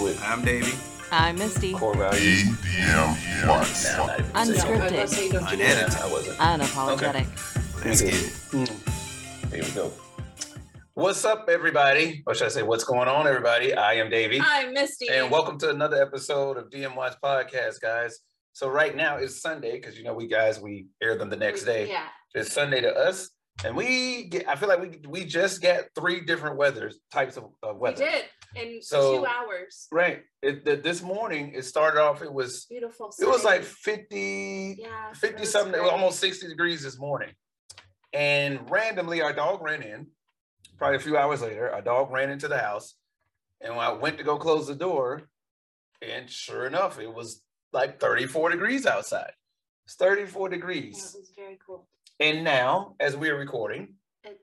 I'm Davey. I'm Misty. Core value. EDM Watts. Unscripted. Unedited. I wasn't. Unapologetic. Let's get it. There we go. Mm. What's up, everybody? Or should I say, what's going on, everybody? I am Davey. Hi, Misty. And welcome to another episode of DM Watch Podcast, guys. So right now is Sunday because you know we guys we air them the next day. Yeah. It's Sunday to us, and we get, I feel like we we just got three different weathers types of, of We weather. did in So- two hours. Right. It, th- this morning it started off. It was Beautiful. it was sight. like fifty yeah, 50 it was something, it was great. almost 60 degrees this morning. And randomly, our dog ran in. Probably a few hours later, our dog ran into the house. And when I went to go close the door, and sure enough, it was like 34 degrees outside. It's 34 Yeah, it degrees. was very cool. And now, as we are recording, It-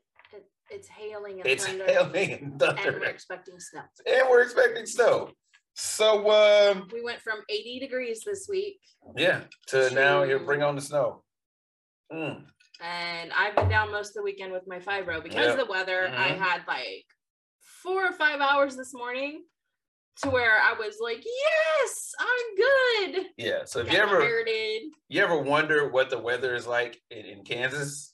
it's hailing and it's thunder, hailing and and we're thunder. expecting snow. And we're expecting snow. So, um, We went from 80 degrees this week, yeah, to now you bring on the snow. Mm, and I've been down most of the weekend with my fibro because Yeah. of the weather. I Mhm. had like four or five hours this morning to where I was like, "Yes, I'm good." yeah. So if Got you ever. herded. You ever wonder what the weather is like in, in Kansas?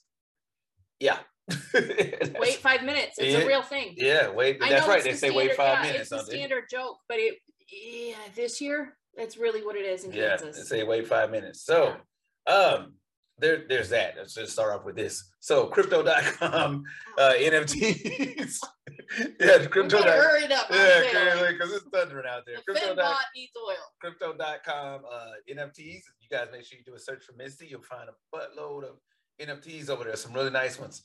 Yeah. Wait five minutes. It's Yeah. a real thing. Yeah, wait. I That's know right. it's They the say wait standard- five yeah, minutes. It's don't the they? standard joke, but it yeah, this year that's really what it is in yeah, they Kansas. say wait five minutes. So, um, there, there's that. Let's just start off with this. So, crypto.com uh, NFTs. yeah, We crypto. better hurry it up. I'm Yeah, saying. because it's thundering out there. The Crypto. Finbot needs oil. crypto.com uh, NFTs. You guys make sure you do a search for Misty. You'll find a buttload of NFTs over there, some really nice ones.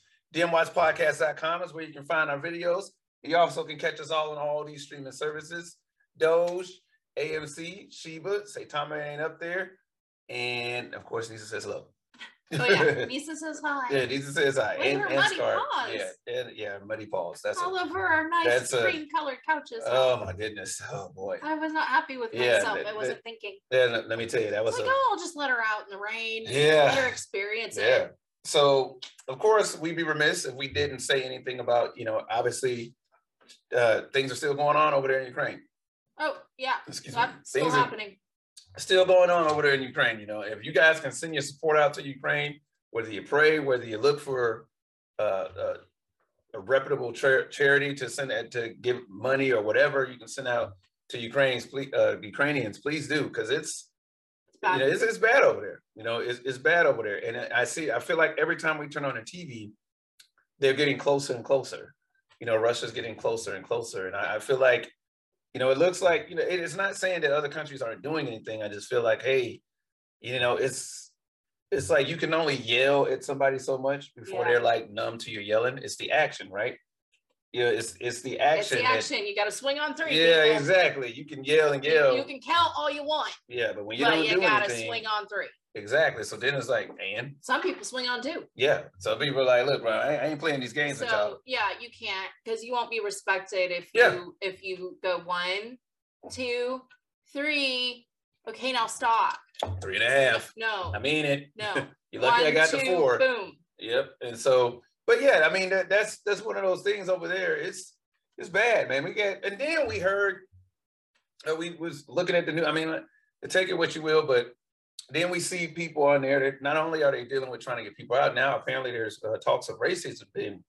DMWatchPodcast.com is where you can find our videos. You also can catch us all on all these streaming services Doge, AMC, Sheba, Say Tommy ain't up there. And of course, Nisa says hello. Oh yeah, Misa says hi. yeah, Nisa says hi. Look at And, her and muddy Scar. paws. Yeah, and, yeah, Muddy Paws. That's All it. of her are nice That's a- cream colored couches. Oh my goodness. Oh boy. I was not happy with Yeah, myself. that- I wasn't thinking. Yeah, let- let me tell you, that was like, a. oh, I'll just let her out in the rain. Yeah. Let her experience Yeah. it. So of course we'd be remiss if we didn't say anything about you know obviously uh, things are still going on over there in Ukraine. Oh, yeah. Excuse me. That's still Things are happening. still going on over there in Ukraine. You know, if you guys can send your support out to Ukraine, whether you pray, whether you look for uh, uh, a reputable cha- charity to send that to give money or whatever you can send out to Ukraine's ple- uh, Ukrainians, please do because it's It's bad. you know, it's, it's bad over there. You know, it's, it's bad over there. And I I see, I feel like every time we turn on the TV, they're getting closer and closer. You know, Russia's getting closer and closer. And I, I feel like, you know, it looks like, you know, it- it's not saying that other countries aren't doing anything. I just feel like, hey, you know, it's, it's like you can only yell at somebody so much before Yeah. they're like numb to your yelling. It's the action, right? Yeah, it's it's the it's action. the that- action. You got to swing on three. yeah, people. exactly. You can yell and You- yell. You can count all you want, yeah, but when you but don't you do gotta anything, swing on three. Exactly. So then it's like, man, Some people swing on two. yeah. So people are like, look, bro, I, I ain't playing these games with y'all. So yeah, you can't because you won't be respected if Yeah. you if you go one, two, three. Okay, now stop. Three and a half. No, I mean it. no. You lucky I One, got the two, four. Boom. Yep. And so, but yeah, I mean that, that's that's one of those things over there. It's it's bad, man. We get and then we heard uh, we was looking at the new. I mean, like, take it what you will, but then we see people on there that not only are they dealing with trying to get people out now, apparently there's uh, talks of racism being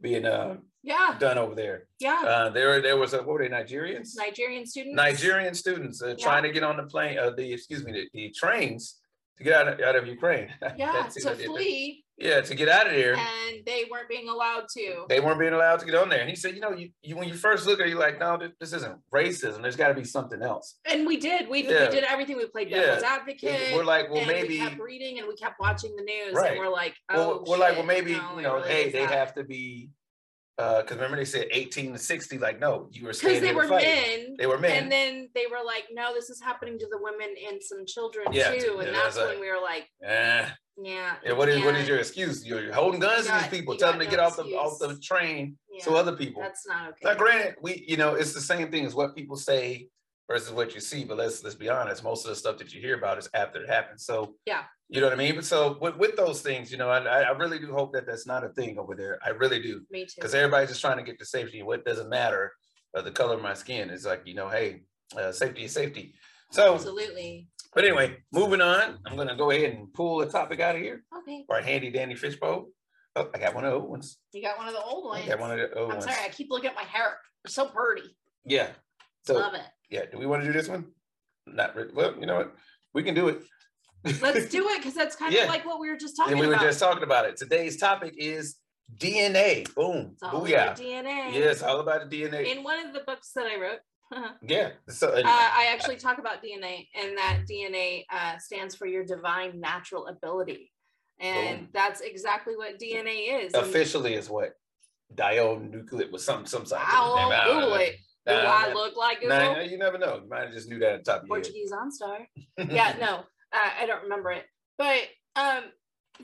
being uh, Yeah, done over there. yeah. Uh, there there was a what were they Nigerians? Nigerian students. Nigerian students uh, trying to get on the plane, uh, the excuse me, the, the trains to get out of, out of Ukraine. Yeah, That's who to did that. flee, Yeah, to get out of there. and they weren't being allowed to. They weren't being allowed to get on there. And he said, you know, you, you when you first look at it, you're like, no, this, this isn't racism. There's got to be something else. And we did. We, Yeah. we did everything. We played Yeah. devil's advocate. We're like, well, and we maybe, kept reading and we kept watching the news Right. and we're like, oh, well, we're like, well, shit, maybe, no, you it know, really hey, is they that. have to be, because remember they said 18 to 60, like, no, you were because staying they in the were fight. men. They were men. And then they were like, no, this is happening to the women and some children Yeah, too. And yeah, that's that's when it. we were like, Eh. yeah. Yeah, what is what is Yeah. your excuse? You're holding guns You to got- these people, you telling them got to no get off the off the excuse. train yeah to other people. that's not okay. Now, granted, we you know it's the same thing as what people say versus what you see, but let's let's be honest. Most of the stuff that you hear about is after it happens. So Yeah. you know what I mean. But so with, with those things, you know, I I I really do hope that that's not a thing over there. I really do Me too. because everybody's just trying to get to safety. What doesn't matter uh, the color of my skin. It's like you know, hey, uh, safety is safety. So, Absolutely. but anyway, moving on. I'm gonna go ahead and pull a topic out of here. Okay. Our handy dandy fishbowl. Oh, I got one of the old ones. You got one of the old ones. I got one of the old I'm ones. sorry, I keep looking at my hair. It's so pretty. Yeah. So Love it. yeah, do we want to do this one? Not re- well. You know what? We can do it. Let's do it because that's kind Yeah. of like what we were just talking and we were about. just talking about it. Today's topic is DNA. Boom. it's all about Booyah. DNA. oh, Yes, all about the DNA. In uh, one of the books that I wrote, uh, yeah. So and- I actually talk about DNA, and that DNA uh, stands for your divine natural ability. And Boom. that's exactly what DNA is. And officially is what dionucleate was some some side. I'll Google it. Do Nah, I nah, look like Google? nah, nah, you never know. You might have just knew that at the top of your head. Portuguese OnStar. yeah, no, uh, I don't remember it. But um,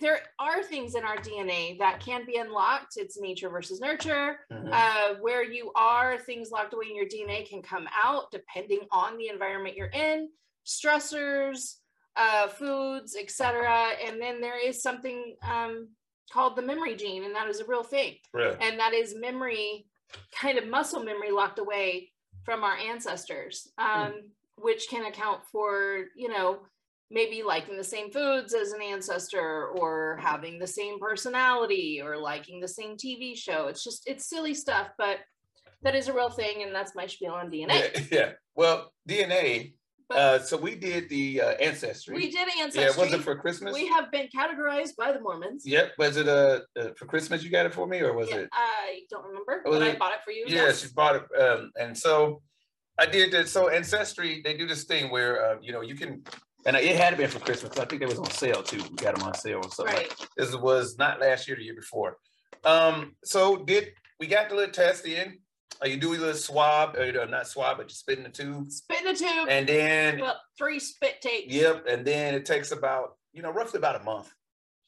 there are things in our DNA that can be unlocked. It's nature versus nurture. Mhm. Uh, where you are, things locked away in your DNA can come out depending on the environment you're in, stressors, uh, foods, etc. And then there is something um, called the memory gene, and that is a real thing Really? and that is memory kind of muscle memory locked away from our ancestors um, Hmm. which can account for you know maybe liking the same foods as an ancestor or having the same personality or liking the same tv show it's just it's silly stuff but that is a real thing and that's my spiel on dna Yeah, yeah. Well, DNA. But- uh, so we did the uh, ancestry. we did yeah, ancestry was it for Christmas? we have been categorized by the mormons Yep. Was it uh, uh for Christmas? You got it for me, or was Yeah, it? i don't remember Was but i it- bought it for you Yeah, she bought it, um, and so I did that. So Ancestry, they do this thing where uh, you know you can, and it had been for Christmas. 'cause I think they was on sale too. We got them on sale or something. right This was not last year, the year before. Um, so did we got the little test in? Uh, you do a little swab, or you know, not swab, but you spit in the tube, spit in the tube and then well three spit takes yep, and then it takes about you know roughly about a month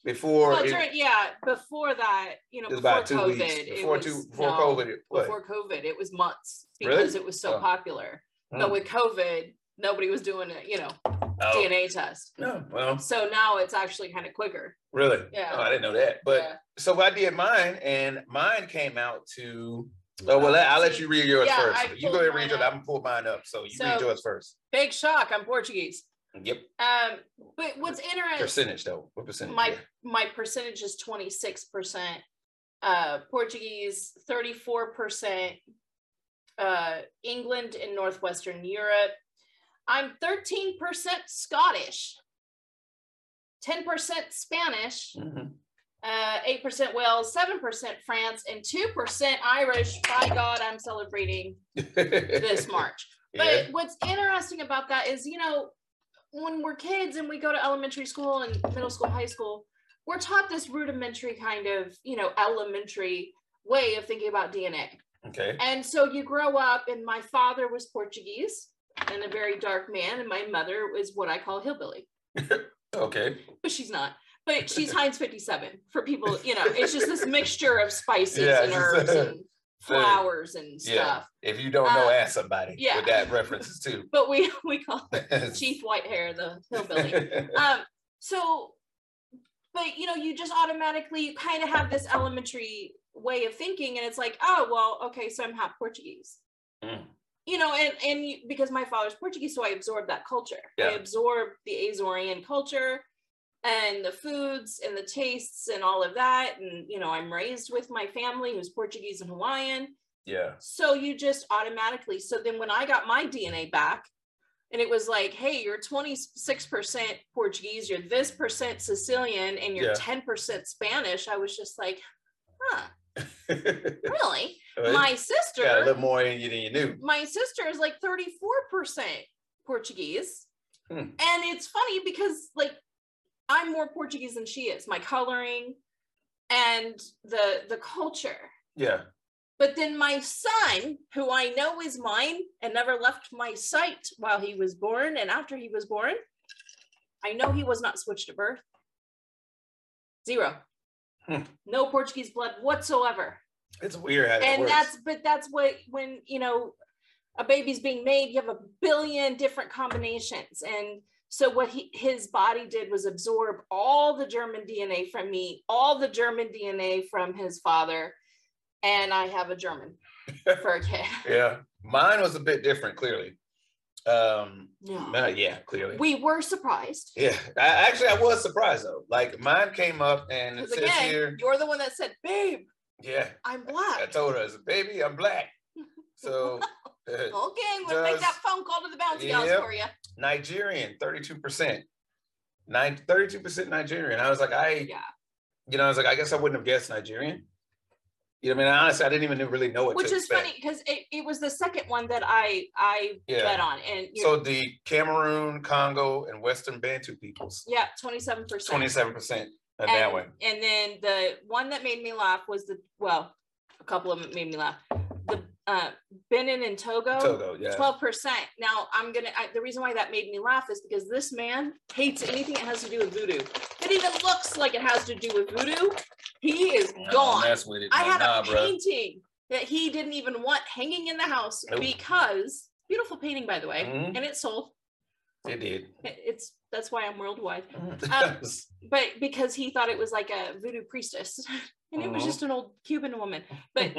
before. Well, it- during, yeah, before that, you know, it was before about two COVID, weeks it before was, two before no, COVID. It, what? Before COVID, it was months Really? because it was so Oh. popular. But with COVID, nobody was doing a you know Oh, DNA test, No, well, so now it's actually kind of quicker. really? Yeah. Oh, I didn't know that, but. Yeah. so I did mine, and mine came out to. Oh well, I'll let you read yours Yeah, first. I you go pulled ahead and read mine yours. I'm up. gonna pull mine up, so you So- read yours first. big shock. I'm Portuguese. Yep, Um, but what's interesting, percentage though. What percentage? my my percentage is 26 percent uh portuguese 34 percent uh england and northwestern europe i'm 13 percent scottish 10 percent spanish Yeah. Mhm. uh 8 percent wales 7 percent france and 2 percent irish by god i'm celebrating this march but Yeah. what's interesting about that is, you know, when we're kids and we go to elementary school and middle school, high school, we're taught this rudimentary kind of, you know, elementary way of thinking about DNA. Okay. And so you grow up, and my father was Portuguese and a very dark man, and my mother was what I call hillbilly, Okay. but she's not. But she's Heinz 57 for people, you know, it's just this mixture of spices Yeah, and it's herbs just- and flowers and stuff. Yeah. If you don't know, Uh, ask somebody. yeah. With that references too. But we we call Chief White Hair, the hillbilly. um so but you know you just automatically kind of have this elementary way of thinking and it's like oh well okay so i'm half portuguese Mm. you know and and you, because my father's portuguese so i absorb that culture Yeah. i absorb the azorian culture and the foods and the tastes and all of that and you know i'm raised with my family who's portuguese and hawaiian yeah. so you just automatically. So then when I got my DNA back, and it was like, hey, you're 26% Portuguese, you're this percent Sicilian, and you're Yeah. 10% Spanish. I was just like, huh, Well, really? you My got a sister, little more in you than you knew. my sister is like 34% Portuguese. Hmm. And it's funny because like I'm more Portuguese than she is, my coloring and the the culture. Yeah. But then my son, who I know is mine and never left my sight while he was born and after he was born, I know he was not switched at birth. Zero. Hmm. No Portuguese blood whatsoever. It's weird how that and works. that's, but that's what, when, you know, a baby's being made, you have a billion different combinations. And so what he, his body did was absorb all the German DNA from me, all the German DNA from his father. And I have a German for a kid. yeah. Mine was a bit different, clearly. Um, No. no, yeah, clearly. We were surprised. yeah, I, actually, I was surprised though. Like mine came up and it Because says again, here, you're the one that said, babe, yeah, I'm I black. told her, I said, baby, I'm black. So uh, Okay, we'll make Does- that phone call to the bouncy house Yep. for you. Nigerian, 32%. Nine, 32% Nigerian. I was like, I, Yeah. you know, I was like, I guess I wouldn't have guessed Nigerian. You know, what I mean, honestly, I didn't even really know what Which to is expect. funny because it, it was the second one that I I Yeah. bet on. And you So the Cameroon, Congo, and Western Bantu peoples, yeah, 27%. 27% are that and, way. and then the one that made me laugh was the well, a couple of them made me laugh. The uh Benin and Togo, Togo, yeah. twelve percent. Now I'm gonna I, the reason why that made me laugh is because this man hates anything that has to do with voodoo. It even looks like it has to do with voodoo. He is I don't gone. mess with it. I No, had nah, a bruh. painting that he didn't even want hanging in the house Nope. because beautiful painting by the way, Mhm. and it sold. It did. It- It's that's why I'm worldwide Um, but because he thought it was like a voodoo priestess and it was Mhm. just an old cuban woman but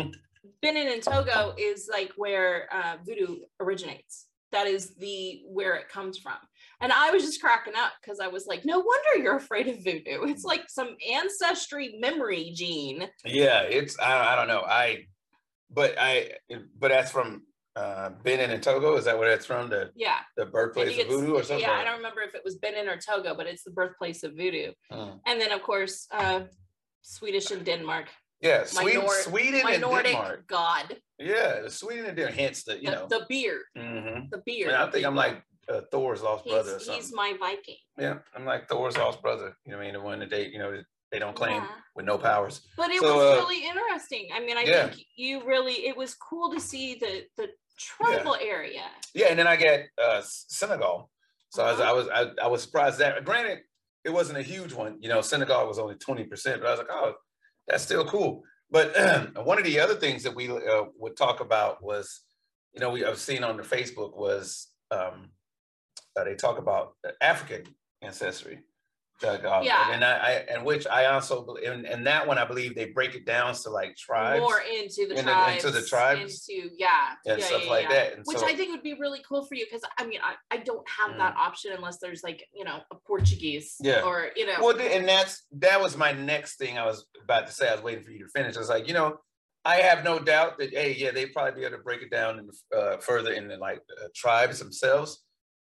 benin and togo is like where uh, voodoo originates that is the where it comes from and i was just cracking up because i was like no wonder you're afraid of voodoo Mm. it's like some ancestry memory gene yeah, it's I, I don't know. I but I but that's from uh Benin and Togo. Is that where that's from? The yeah the I birthplace think of it's- voodoo or something? yeah i don't remember if it was benin or togo but it's the birthplace of voodoo Mm. and then of course uh, swedish and denmark Yeah, Sweden, Minor- Sweden my and nordic Denmark. god Yeah, Sweden and Denmark. Hence the you the, know. the beard Mhm. the beard. And I think I'm people. like uh, Thor's lost brother or he's, he's something. my Viking. Yeah, I'm like Thor's lost brother. You know what I mean? The one that they you know they don't claim Yeah. with no powers. But it So, was uh, really interesting. I mean, I yeah. think you really it was cool to see the the tribal area. Yeah, and then I got uh, S- Senegal. So I Uh-huh. was I was I, I was surprised that. Granted, it wasn't a huge one. You know, Senegal was only twenty percent, but I was like, oh, that's still cool. But one of the other things that we uh, would talk about was, you know, we I've seen on the Facebook was um, uh, they talk about African ancestry. Like, um, Yeah. And I, I and which I also believe, and, and that one I believe they break it down to like tribes. More into the In- tribes. into the tribes. Into yeah. And yeah, stuff yeah, like yeah. that. And Which so- Mm. I think would be really cool for you because I mean I, I don't have that option unless there's like you know a Portuguese Yeah. or you know Well, th- and that's that was my next thing I was about to say. I was waiting for you to finish. I was like, you know, I have no doubt that hey, yeah, they probably be able to break it down and uh, further into like uh, tribes themselves.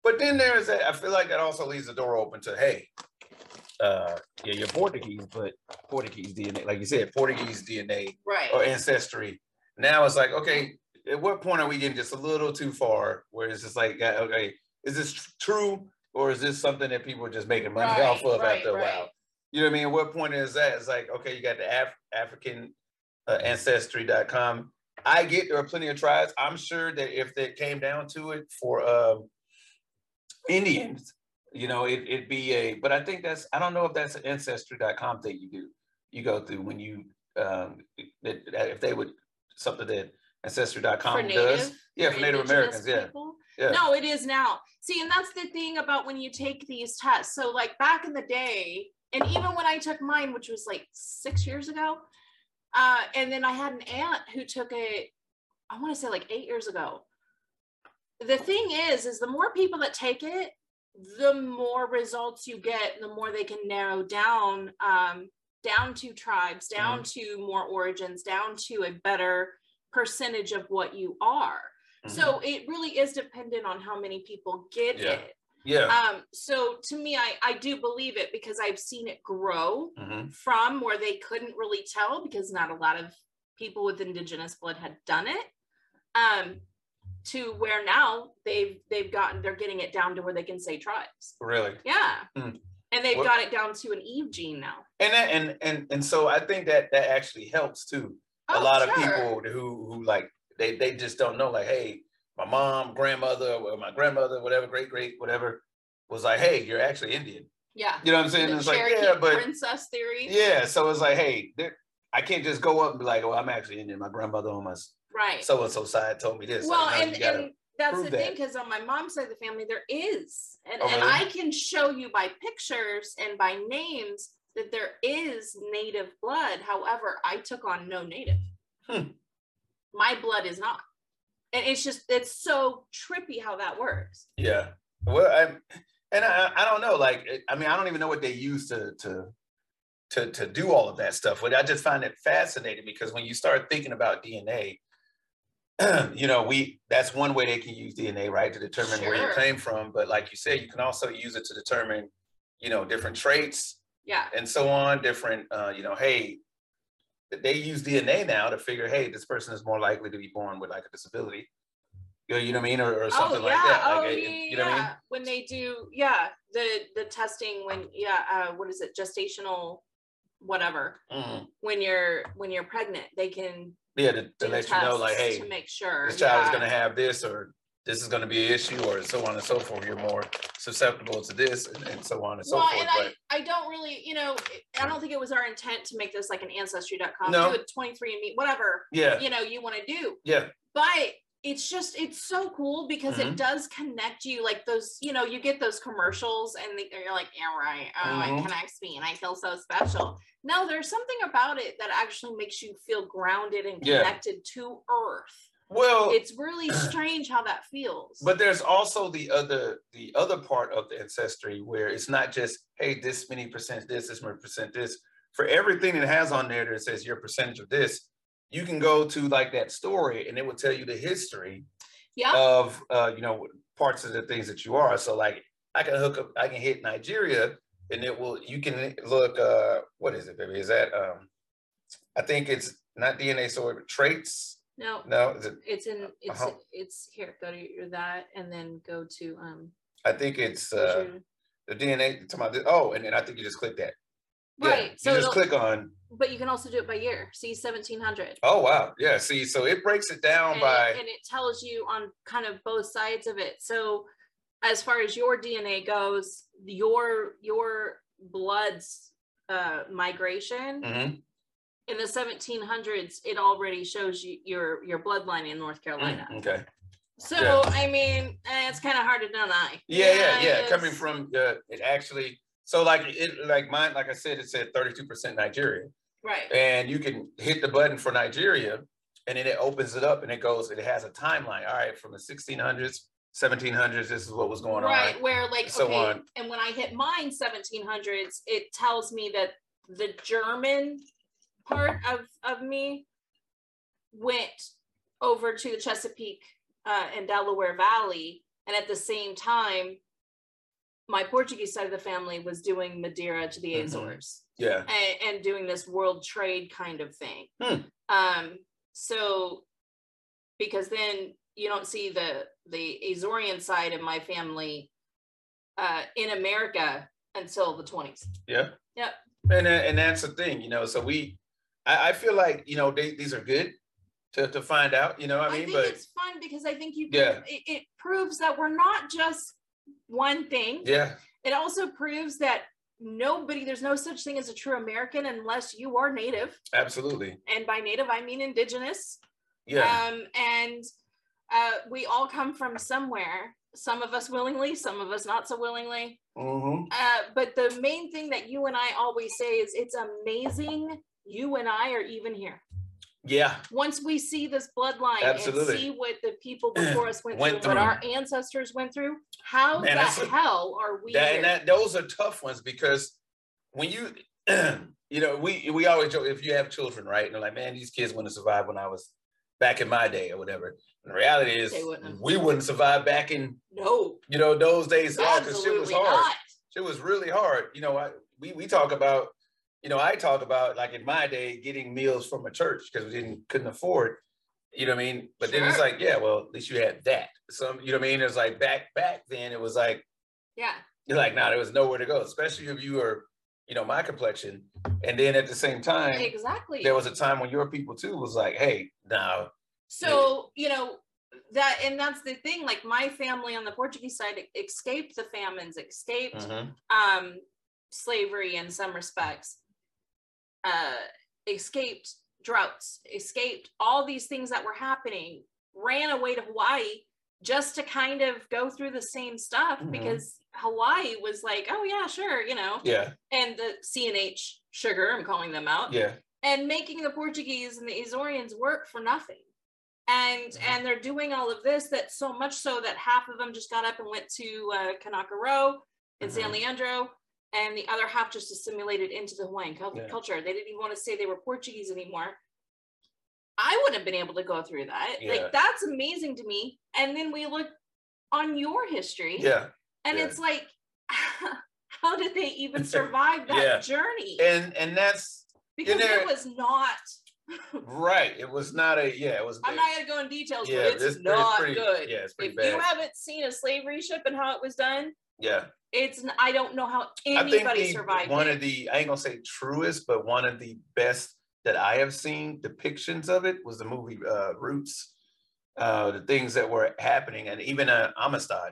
But then there is that. I feel like that also leaves the door open to hey, uh, yeah, you're Portuguese, but Portuguese DNA, like you said, Portuguese DNA right or ancestry. Now it's like, okay, at what point are we getting just a little too far? Where it's just like, yeah, okay, is this tr- true or is this something that people are just making money Right, off of right, after a right. while? You know what I mean? At what point is that? It's like, okay, you got the Af- African uh, ancestry.com. I get there are plenty of tribes. I'm sure that if it came down to it for um Indians, you know, it, it'd be a, but I think that's, I don't know if that's an ancestry.com thing you do, you go through when you, um, that, that if they would, something that for ancestry.com does. native Yeah, for for Native indigenous Americans, yeah, people. yeah. No, it is now. See, and that's the thing about when you take these tests. So, like back in the day, and even when I took mine, which was like six years ago, uh, and then I had an aunt who took it, I want to say like eight years ago. The thing is, is the more people that take it, the more results you get, the more they can narrow down, um, down to tribes, down Mm-hmm. to more origins, down to a better percentage of what you are. Mm-hmm. So it really is dependent on how many people get Yeah. it. yeah. Um, so to me, I, I do believe it because I've seen it grow Mhm. from where they couldn't really tell because not a lot of people with indigenous blood had done it. Um, to where now they've they've gotten they're getting it down to where they can say tribes. Really. Yeah. Mm. And they've What- got it down to an Eve gene now. And that, and, and, and so I think that that actually helps too. a Oh, lot of sure. people who who like they they just don't know like hey my mom grandmother or my grandmother whatever great great whatever was like hey you're actually indian Yeah. you know what i'm saying the it's like Cherokee yeah but princess theory. yeah so it's like hey there, i can't just go up and be like oh i'm actually indian my grandmother on my Right. so and so side told me this Like, Well, no, and, you gotta- and that's prove the thing, that. because on my mom's side of the family, there is. And, Oh, and really? I can show you by pictures and by names that there is native blood. However, I took on no native. Hmm. My blood is not. and it's just it's so trippy how that works. Yeah. Well, I'm, and I, I don't know. Like, it- I mean, I don't even know what they use to to to to do all of that stuff. But I just find it fascinating because when you start thinking about DNA, you know, we that's one way they can use DNA, right, to determine where Sure. you came from. But like you said, you can also use it to determine, you know, different traits Yeah, and so on. Different, uh, you know, hey, they use DNA now to figure, hey, this person is more likely to be born with like a disability. You know, you know what I mean, or, or something like that. Oh, like, yeah, it- yeah, you know what I mean? yeah. When they do, yeah, the the testing when yeah, uh, what is it, gestational, whatever. Mm. When you're when you're pregnant, they can Yeah, to, to do let tests you know, like, hey, to make sure this child is yeah. going to have this, or this is going to be an issue, or so on and so forth. You're more susceptible to this, and, and so on and so well, forth. and I, I don't really, you know, I don't think it was our intent to make this like an ancestry.com, No. do a 23andMe, whatever, but yeah, you know, you want to do. yeah, But it's just, it's so cool because Mhm. it does connect you. Like those, you know, you get those commercials and they, you're like, yeah, right. Oh, Mhm. it connects me and I feel so special. No, there's something about it that actually makes you feel grounded and Yeah. connected to Earth. Well, It's really strange how that feels. but there's also the other the other part of the ancestry where it's not just hey, this many percent this, this many percent this. For everything it has on there that says your percentage of this, you can go to like that story, and it will tell you the history yeah. of uh, you know parts of the things that you are. So like I can hook up, I can hit Nigeria, and it will. You can look. Uh, what is it, baby? Is that? Um, I think it's not DNA soy, but traits. no, No, is it, it's in it's Uh-huh. it's here go to your that and then go to um I think it's where's uh, your- the DNA. you're Talking about this. Oh, and then I think you just click that. Yeah, right so you just it'll, click on. but you can also do it by year see 1700 Oh wow. Yeah. See, so it breaks it down and, by. it, and it tells you on kind of both sides of it so as far as your dna goes your your blood's uh migration Mhm. in the 1700s it already shows you your your bloodline in north carolina Mm, Okay. so i mean eh, it's kind of hard to deny Yeah, yeah, yeah. Coming it's- from uh, it actually. So like it like mine like I said it said thirty two percent Nigeria. right and you can hit the button for Nigeria, and then it opens it up and it goes. It has a timeline. All right, from the 1600s, 1700s, this is what was going right on. where like so okay on. and when i hit mine 1700s it tells me that the german part of of me went over to the chesapeake uh, and delaware valley and at the same time my portuguese side of the family was doing madeira to the Mhm. azores Yeah, and, and doing this world trade kind of thing. Hmm. Um, so because then you don't see the the Azorean side of my family uh, in America until the 20s. yeah, Yep. And that- and that's the thing, you know. So we, I, I feel like you know they, these are good to to find out. You know, what I mean, think but it's fun because I think you Yeah. it, it proves that we're not just one thing. yeah, It also proves that nobody there's no such thing as a true American unless you are native. absolutely, And by native I mean indigenous. yeah, Um, and uh, we all come from somewhere, some of us willingly, some of us not so willingly. hmm Uh, but the main thing that you and I always say is it's amazing you and I are even here. yeah, Once we see this bloodline Absolutely. and see what the people before us Went went, through, through. what our ancestors went through, how Man, the that's a- hell are we that, here? and that those are tough ones because when you you know we we always joke if you have children right and they're like man these kids wouldn't survive when i was back in my day or whatever and the reality is They wouldn't have. we wouldn't survive back in no, you know those days at all because shit was absolutely hard not. shit was really hard you know i we, we talk about you know i talk about like in my day getting meals from a church because we didn't couldn't afford you know what i mean but then it's Sure. like yeah well at least you had that some you know what i mean it's like back back then it was like Yeah, you're like, nah, there was nowhere to go, especially if you were, you know, my complexion. And then at the same time, exactly. there was a time when your people too was like, hey, now, So, you know, that and that's the thing. Like my family on the Portuguese side escaped the famines, escaped Uh-huh. um slavery in some respects, uh, escaped droughts, escaped all these things that were happening, ran away to Hawaii just to kind of go through the same stuff Mhm. because Hawaii was like, oh yeah, sure, you know, yeah, and the CNH sugar, I'm calling them out, yeah, and making the Portuguese and the Azorians work for nothing and and they're doing all of this that so much so that half of them just got up and went to uh, Kanaka Row in San Mhm. Leandro, and the other half just assimilated into the Hawaiian cul- Yeah. culture. They didn't even want to say they were Portuguese anymore. I wouldn't have been able to go through that. Yeah. Like that's amazing to me. And then we look on your history, yeah. and yeah. it's like, how did they even survive that Yeah. journey? And and that's because there- it was not. right. It was not a yeah. It was. I'm not gonna go in details, yeah. but it's this- not pretty, good. Yeah, it's pretty if bad. you haven't seen a slavery ship and how it was done, yeah, it's n- I don't know how I think anybody the- survived. one it. of the I ain't gonna say truest, but one of the best that I have seen depictions of it was the movie uh, Roots. Uh, the things that were happening, and even uh, Amistad.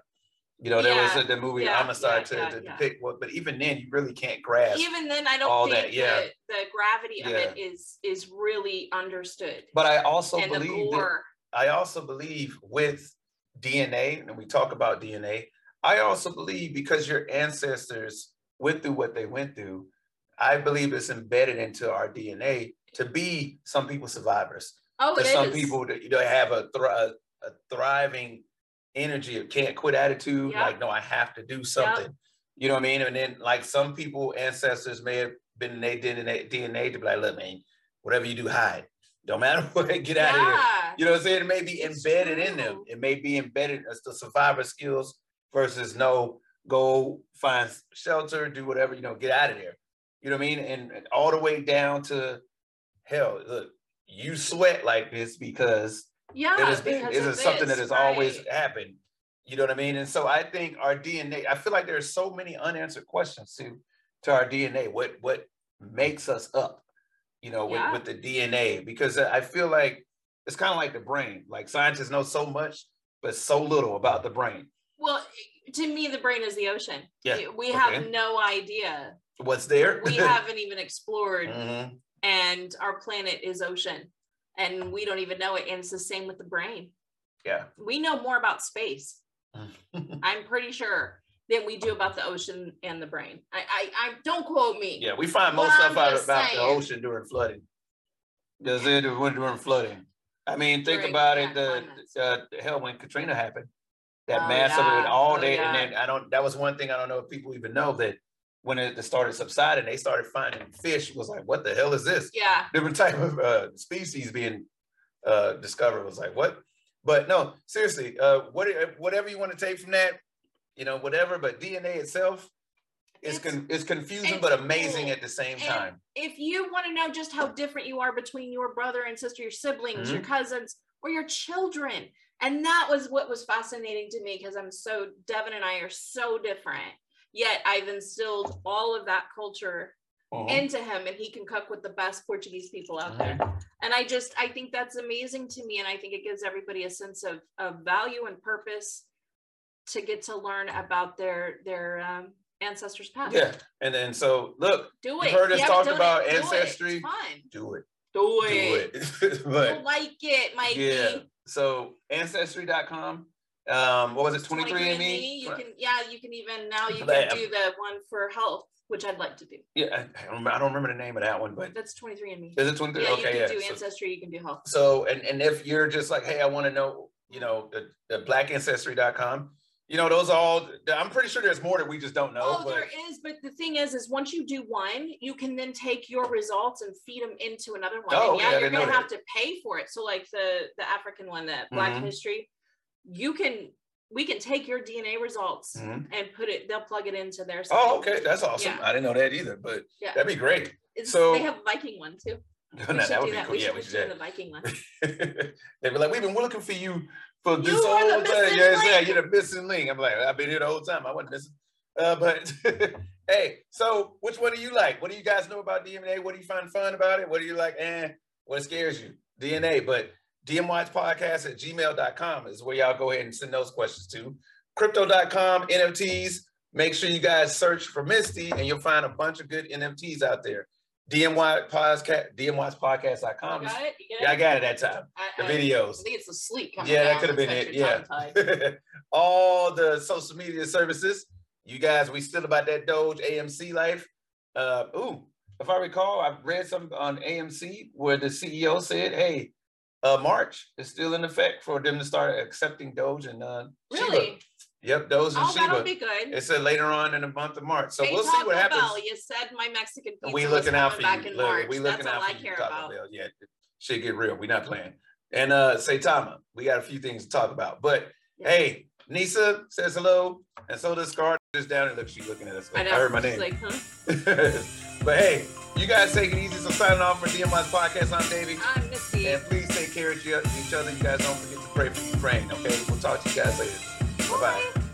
You know, there Yeah, was a, the movie yeah, Amistad yeah, to, yeah, to yeah. depict what, but even then, you really can't grasp. Even then, I don't all think that, yeah. the, the gravity of it is is really understood. but I also and the believe that gore. I also believe with DNA, and we talk about DNA, I also believe because your ancestors went through what they went through, I believe it's embedded into our DNA to be some people survivors. Oh, it There's is. some people that you know have a, thr- a, a thriving energy of can't quit attitude, Yeah. like no, I have to do something. You know what I mean? And then like some people, ancestors may have been in their DNA, DNA to be like, look, man, whatever you do, hide. Don't matter what, get out of here. Yeah. You know what I'm saying? It may be It's embedded in them. true. It may be embedded as the survivor skills versus no, go find shelter, do whatever, you know, get out of there. You know what I mean? And, and all the way down to hell, look, you sweat like this because Yeah, it has been because it of is something that this, has always right. happened. You know what I mean? And so I think our DNA, I feel like there are so many unanswered questions to to our DNA. What what makes us up, you know, Yeah. with, with the DNA? Because I feel like it's kind of like the brain. Like scientists know so much, but so little about the brain. Well, to me, the brain is the ocean. Yeah, we have okay. no idea. What's there? We haven't even explored Mhm. and our planet is ocean and we don't even know it and it's the same with the brain Yeah. we know more about space i'm pretty sure than we do about the ocean and the brain i i, I don't quote me Yeah. We find most Well, I'm stuff out just about the saying. ocean during flooding. Does it when during flooding? I mean, think During, about yeah, it. The, climate. uh, hell when Katrina happened, that Oh, massive and yeah. all Oh, day, yeah. and then I don't. That was one thing I don't know if people even know that when it started subsiding, they started finding fish. Was like, what the hell is this? yeah Different type of uh, species being uh, discovered. Was like, what? But no, seriously, uh, what whatever you want to take from that, you know, whatever. But DNA itself is It's- con- is confusing it's but amazing cool. at the same And- time. if you want to know just how different you are between your brother and sister your siblings Mm-hmm. your cousins or your children and that was what was fascinating to me because i'm so devin and i are so different yet i've instilled all of that culture Mhm. into him and he can cook with the best portuguese people out there and i just i think that's amazing to me and i think it gives everybody a sense of, of value and purpose to get to learn about their their um, ancestors past Yeah, and then so look, do You've it heard If us you haven't talk done about do it. It's ancestry. fun. do it, do do it, it. You'll but like it mikey Yeah. So ancestry.com. Um, what was it? 23andMe? 23andMe, E, you can yeah you can even now you But I- can do the one for health which i'd like to do Yeah, I- I, don't remember, I don't remember the name of that one, but that's 23andme is it 23? yeah okay, you can do yeah. So, ancestry you can do health so, and and if you're just like, hey, I want to know, you know, the, the blackancestry.com, you know, those are all. I'm pretty sure there's more that we just don't know. Oh, but there is, but the thing is, is once you do one, you can then take your results and feed them into another one. Oh, And okay, I yeah, you're didn't know gonna that. have to pay for it. So like the the African one, the Black Mhm. History, you can we can take your DNA results Mhm. and put it. They'll plug it into their. oh, okay, that's awesome. Yeah. I didn't know that either, but Yeah. that'd be great. It's, so- Oh, they have Viking one too. No, We should that do would be that. cool. We Yeah, should we just should. do the do Viking one. that. They'd be like, we've been looking for you for this You are whole the time. missing Yeah, it's like, link. you're the missing link. I'm like, I've been here the whole time. I wasn't missing. Uh, but hey, so which one do you like? What do you guys know about DNA? What do you find fun about it? What do you like? And what scares you? DNA. But dmwatchpodcast at gmail.com is where y'all go ahead and send those questions to. Crypto.com, NFTs. Make sure you guys search for Misty and you'll find a bunch of good NFTs out there. DMY podcast, DMYpodcast.com. You got it? You Um, Yeah, I got it? got it that time. I- The I- videos. I think it's the sleep. coming Yeah, that down. could have That's been why it. you're Yeah. tongue-tied. All the social media services. You guys, we still about that Doge AMC life. Uh, ooh, if I recall, I read something on AMC where the CEO E said, "Hey, uh, March is still in effect for them to start accepting Doge and uh, Shiba. Really? Yep, Doge and Oh, that'll Shiba. be good. It said later on in the month of March, so Hey, we'll see Taco what happens. Bell, You said my Mexican pizza we was looking out for coming back you. in Look, March. we looking That's all out I for you, care Taco about. Bell. Yeah, shit get real. We not playing. And uh, say Tama, we got a few things to talk about. But Yeah. hey, Nisa says hello, and so does Scar is down and look, she's looking at us. I I, know. heard my She's name. like, huh? but hey, you guys take it easy. So signing off for DMI's podcast. I'm Davey. I'm Misty. And please take care of each each other. You guys don't forget to pray for Ukraine, okay? We'll talk to you guys later. Bye-bye. Bye.